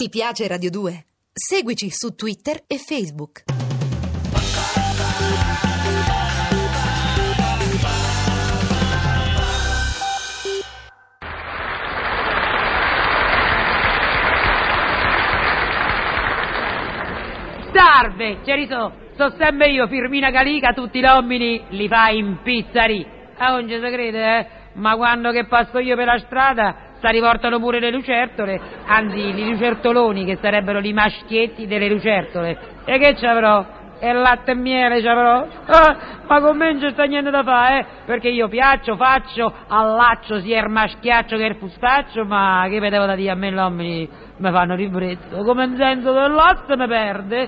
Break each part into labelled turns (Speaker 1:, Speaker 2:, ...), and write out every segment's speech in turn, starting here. Speaker 1: Ti piace Radio 2? Seguici su Twitter e Facebook.
Speaker 2: Salve, Cerito, so sempre io, Firmina Calica, tutti gli uomini li fa in pizzari. Ah, non ci si crede, eh? Ma quando che passo io per la strada, sta riportano pure le lucertole, anzi, i lucertoloni, che sarebbero i maschietti delle lucertole. E che c'avrò? E latte e miele c'avrò? Ah, ma con me non c'è sta niente da fare, eh? Perché io piaccio, faccio, allaccio sia il maschiaccio che il fustaccio, ma che vedevo da dire a me gli uomini mi fanno ribrezzo. Come in senso dell'oste mi perde.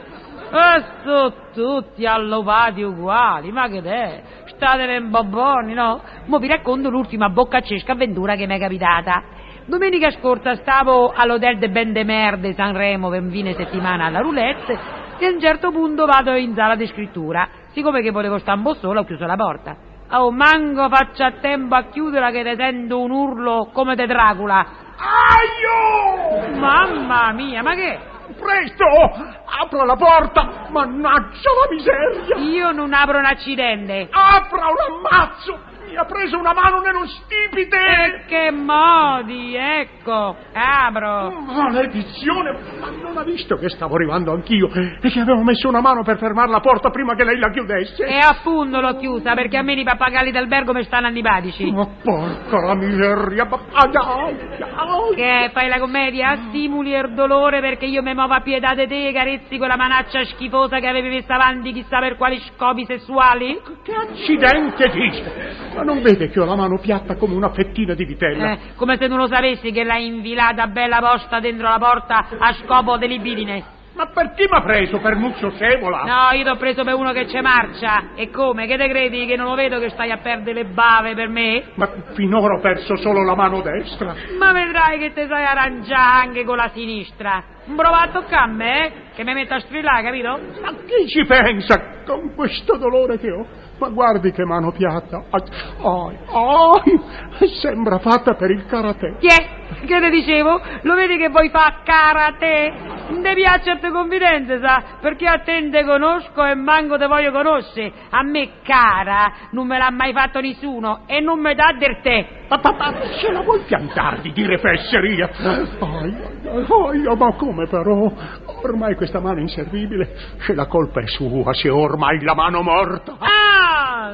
Speaker 2: E sto tutti allopati uguali, ma che è? Statene in bobboni, no? Mo vi racconto l'ultima boccaccesca avventura che mi è capitata. Domenica scorsa stavo all'hotel de Ben de Merde Sanremo per un fine settimana alla roulette e a un certo punto vado in sala di scrittura. Siccome che volevo stare un po' sola ho chiuso la porta. Oh, manco faccia a tempo a chiuderla che te sento un urlo come te Dracula.
Speaker 3: Aio!
Speaker 2: Mamma mia, ma che?
Speaker 3: Presto! Apra la porta! Mannaggia la miseria!
Speaker 2: Io non apro un accidente.
Speaker 3: Apra un ammazzo! Mi ha preso una mano nello
Speaker 2: E
Speaker 3: stipite!
Speaker 2: che modi, ecco, apro.
Speaker 3: Maledizione! Ma non ha visto che stavo arrivando anch'io e che avevo messo una mano per fermare la porta prima che lei la chiudesse?
Speaker 2: E appunto l'ho chiusa perché a me i pappagalli d'albergo mi stanno antipatici.
Speaker 3: Ma porca la miseria! Ma... ah, Ai, ai, ai.
Speaker 2: Che fai la commedia? Stimuli il dolore perché io mi muovo a pietà di te e carezzi quella manaccia schifosa che avevi messa avanti chissà per quali scopi sessuali?
Speaker 3: Che accidente dice! Ma non vede che ho la mano piatta come una fettina di vitella?
Speaker 2: Eh, come se non lo sapessi che l'hai infilata bella posta dentro la porta a scopo di libidine.
Speaker 3: Ma per chi mi ha preso? Per Nuccio Sevola?
Speaker 2: No, io t'ho preso per uno che c'è marcia. E come? Che te credi che non lo vedo che stai a perdere le bave per me?
Speaker 3: Ma finora ho perso solo la mano destra.
Speaker 2: Ma vedrai che te sai arrangiare anche con la sinistra. Prova a toccarmi, eh? Che mi metto a strillare, capito?
Speaker 3: Ma chi ci pensa con questo dolore che ho? Ma guardi che mano piatta. Ai, ai, ai. Sembra fatta per il karate.
Speaker 2: Chi è? Che te dicevo? Lo vedi che vuoi fa karate? Non ti piace te confidenze, sa? Perché a te non te conosco e manco te voglio conoscere. A me cara non me l'ha mai fatto nessuno e non me dà del te.
Speaker 3: Ma papà, ce la vuoi piantar di dire fesseria? Ai, ai, ai, ai, ma come però? Ormai questa mano è inservibile. Se la colpa è sua, se ormai la mano morta.
Speaker 2: Ah,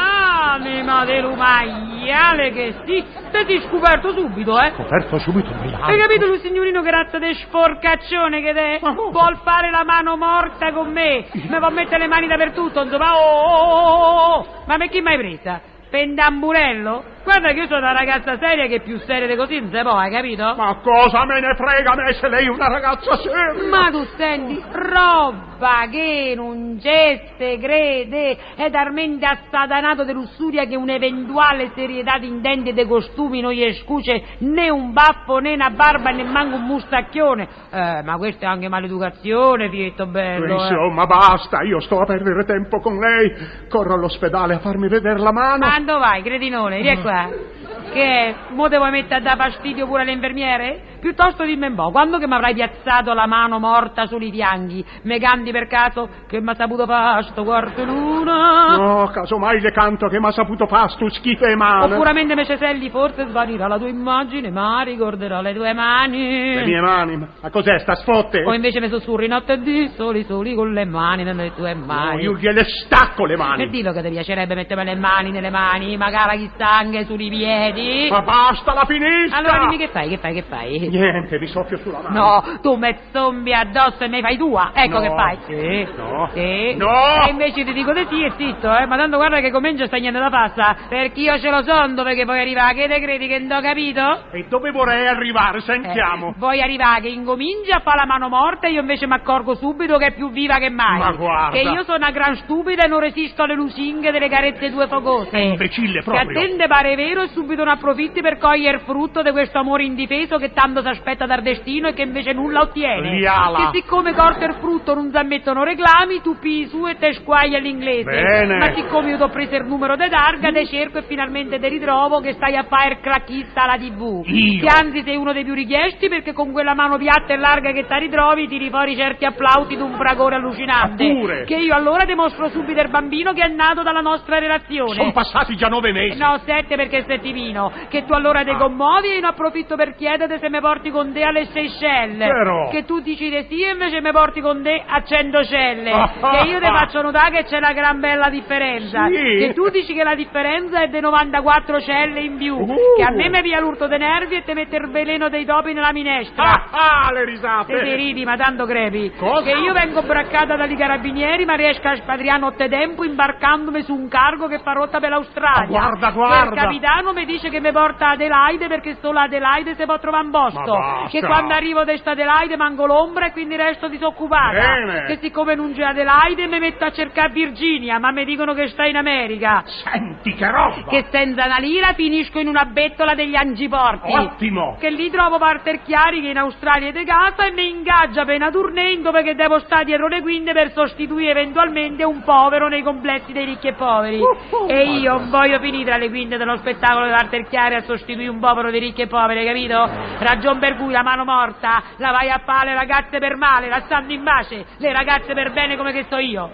Speaker 2: l'anima del maiale che sì! Te ti scoperto subito, eh?
Speaker 3: Ho aperto subito il
Speaker 2: Hai
Speaker 3: milagro.
Speaker 2: capito il signorino che razza di sforcaccione che è?
Speaker 3: Ma come?
Speaker 2: Vuol fare la mano morta con me. Mi va a mettere le mani dappertutto, insomma. Oh, oh, oh, oh, oh. Ma per chi mai presa? Pendamburello? Guarda che io sono una ragazza seria che più seria di così non si può, hai capito?
Speaker 3: Ma cosa me ne frega a me se lei è una ragazza seria?
Speaker 2: Ma tu senti, roba che non c'è crede è talmente assadanato di lussuria che un'eventuale serietà di intenti e di costumi non gli scuce né un baffo né una barba né manco un mustacchione. Eh, ma questa è anche maleducazione, figlietto bello. Eh.
Speaker 3: Insomma, basta, io sto a perdere tempo con lei. Corro all'ospedale a farmi vedere la mano.
Speaker 2: Ma dove vai, cretinone? Vieni qua. Che, mo te vuoi mettere a dare fastidio pure alle infermiere? Piuttosto dimmi un po', quando che mi avrai piazzato la mano morta sui fianchi? Me canti per caso che mi ha saputo fare sto quarto luna?
Speaker 3: No, casomai le canto che mi ha saputo pasto, schifo e male.
Speaker 2: Oppure mentre me ceselli forse svanirà la tua immagine, ma ricorderò le tue mani.
Speaker 3: Le mie mani, ma cos'è, sta sfotte?
Speaker 2: O invece me sussurri notte e di soli soli con le mani nelle tue
Speaker 3: No,
Speaker 2: mani.
Speaker 3: io gliele stacco le mani.
Speaker 2: E dillo che ti piacerebbe mettermi le mani nelle mani, magari chissà anche sui piedi.
Speaker 3: Ma basta, la finisca!
Speaker 2: Allora dimmi che fai, che fai, che fai?
Speaker 3: Niente, mi soffio sulla mano.
Speaker 2: No, tu me zombi addosso e ne fai tua. Ecco
Speaker 3: No.
Speaker 2: che fai. Sì.
Speaker 3: No.
Speaker 2: Sì.
Speaker 3: No.
Speaker 2: E invece ti dico di sì e zitto, eh. Ma tanto guarda che comincia sta niente da passa. Perché io ce lo son dove che puoi arrivare. Che te credi che non ho capito?
Speaker 3: E dove vorrei arrivare, sentiamo.
Speaker 2: Eh, vuoi arrivare che incomincia a fare la mano morta e io invece mi accorgo subito che è più viva che mai.
Speaker 3: Ma guarda.
Speaker 2: Che io sono una gran stupida e non resisto alle lusinghe delle carezze tue fogose.
Speaker 3: Imbecille proprio.
Speaker 2: Che attende pare vero e subito ne approfitti per cogliere il frutto di questo amore indifeso che tanto quanto s'aspetta dal destino e che invece nulla ottiene.
Speaker 3: Liala.
Speaker 2: Che siccome corto il frutto non s'ammettono reclami, tu pii su e te squaglia l'inglese.
Speaker 3: Bene.
Speaker 2: Ma siccome io t'ho preso il numero de targa, te cerco e finalmente te ritrovo che stai a fare il cracchista alla tv.
Speaker 3: Io?
Speaker 2: Che anzi sei uno dei più richiesti perché con quella mano piatta e larga che ti ritrovi tiri fuori certi applauti d'un fragore allucinante.
Speaker 3: Ma pure.
Speaker 2: Che io allora dimostro subito il bambino che è nato dalla nostra relazione.
Speaker 3: Sono passati già nove mesi.
Speaker 2: No, sette perché è settimino, che tu allora te
Speaker 3: Ah.
Speaker 2: commuovi e io ne approfitto per chiederti se mi porti con te alle Seychelles.
Speaker 3: Però.
Speaker 2: Che tu dici di sì e invece mi porti con te a Centocelle.
Speaker 3: Ah, ah,
Speaker 2: che io ti
Speaker 3: ah.
Speaker 2: faccio notare che c'è una gran bella differenza.
Speaker 3: Sì?
Speaker 2: Che tu dici che la differenza è di 94 celle in più.
Speaker 3: Uh.
Speaker 2: Che a me mi pia l'urto dei nervi e te mette il veleno dei topi nella minestra.
Speaker 3: Ah, ah, le risate.
Speaker 2: Se ti ridi, ma tanto crepi.
Speaker 3: Cosa?
Speaker 2: Che io vengo braccata dagli carabinieri, ma riesco a spadriare nottetempo imbarcandomi su un cargo che fa rotta per l'Australia.
Speaker 3: Ma Ah, guarda,
Speaker 2: Che
Speaker 3: guarda.
Speaker 2: Il capitano mi dice che mi porta a Adelaide perché solo a Adelaide si può trovare un posto.
Speaker 3: Ma basta.
Speaker 2: Che quando arrivo da Adelaide manco l'ombra e quindi resto disoccupata.
Speaker 3: Bene.
Speaker 2: Che siccome non c'è Adelaide mi metto a cercare Virginia, ma mi dicono che sta in America.
Speaker 3: Senti che roba.
Speaker 2: Che senza una lira finisco in una bettola degli angiporti.
Speaker 3: Oh, Ottimo.
Speaker 2: Che lì trovo Parter Chiari che in Australia è di casa e mi ingaggia per una tournée in dove che devo stare dietro le quinte per sostituire eventualmente un povero nei complessi dei ricchi e poveri.
Speaker 3: Uh-huh.
Speaker 2: e io non voglio finire tra le quinte dello spettacolo di Parter Chiari a sostituire un povero dei ricchi e poveri, capito? Ragion per cui la mano morta la vai a fare le ragazze per male, lasciando in pace le ragazze per bene come che so io.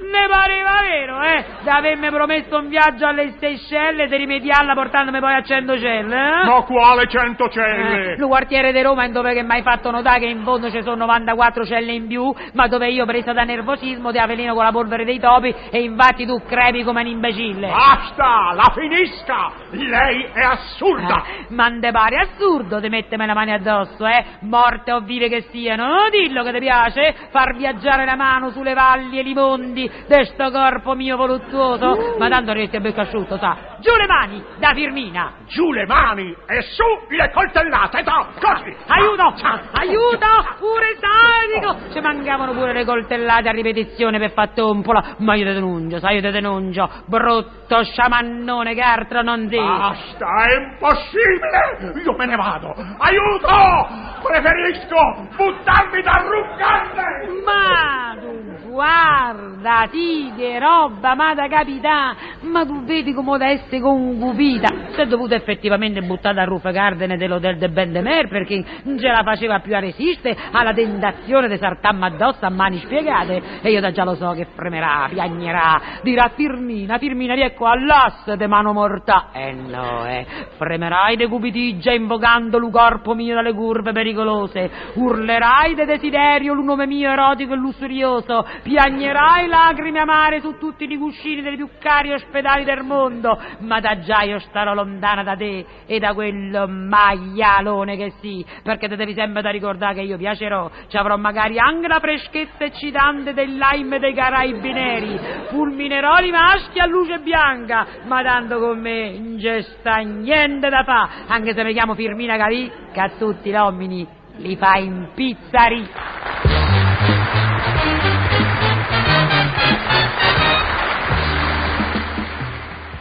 Speaker 2: Ne pareva vero, eh? Da avermi promesso un viaggio alle Seychelles e rimediarla portandomi poi a Centocelle, eh?
Speaker 3: Ma quale cento
Speaker 2: Eh,
Speaker 3: celle?
Speaker 2: Lo quartiere di Roma è dove che mai fatto notare che in fondo ci sono 94 celle in più, ma dove io presa da nervosismo ti avelino con la polvere dei topi e infatti tu crepi come un imbecille.
Speaker 3: Basta, la finisca. Lei è assurda.
Speaker 2: Eh, Ma non te pare assurdo di mettermi le mani addosso, eh? Morte o vive che siano, no? dillo che ti piace, far viaggiare la mano sulle valli e i mondi de sto corpo mio voluttuoso, ma tanto resti a becco asciutto, sa? Giù le mani, da Firmina!
Speaker 3: Giù le mani e su le coltellate. No, così.
Speaker 2: Aiuto!
Speaker 3: Ah, ah,
Speaker 2: Aiuto! Pure sadico! Ci mancavano pure le coltellate a ripetizione per fattompola. Ma io te denuncio, sai, io te denuncio. Brutto sciamannone che altro non si.
Speaker 3: Basta, è impossibile! Io me ne vado! Aiuto! Preferisco buttarmi dal ruccante!
Speaker 2: Ma tu guarda, sì, che roba, ma da capità, ma tu vedi come da essere concupita. Si è dovuta effettivamente buttare a Ruffa Gardene dell'hotel de Bendemer perché non ce la faceva più a resistere alla tentazione di sartamma addosso a mani spiegate. E io da già lo so che fremerà, piagnerà, dirà Firmina, Firmina, riecco all'asse de mano morta. E no, eh, fremerai de cupitiggia invocando lu corpo mio dalle curve pericolose, urlerai de desiderio lu nome mio erotico e lussurioso, piagnerai lacrime amare su tutti i cuscini dei più cari ospedali del mondo, ma da già io starò lontana da te e da quel maialone che sì, perché te devi sempre da ricordare che io piacerò, ci avrò magari anche la freschezza eccitante del lime dei Caraibi neri, fulminerò i maschi a luce bianca, ma tanto con me non c'è sta niente da fa, anche se mi chiamo Firmina Calì, che a tutti gli uomini li fa impizzari.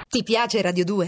Speaker 1: Ti piace Radio 2?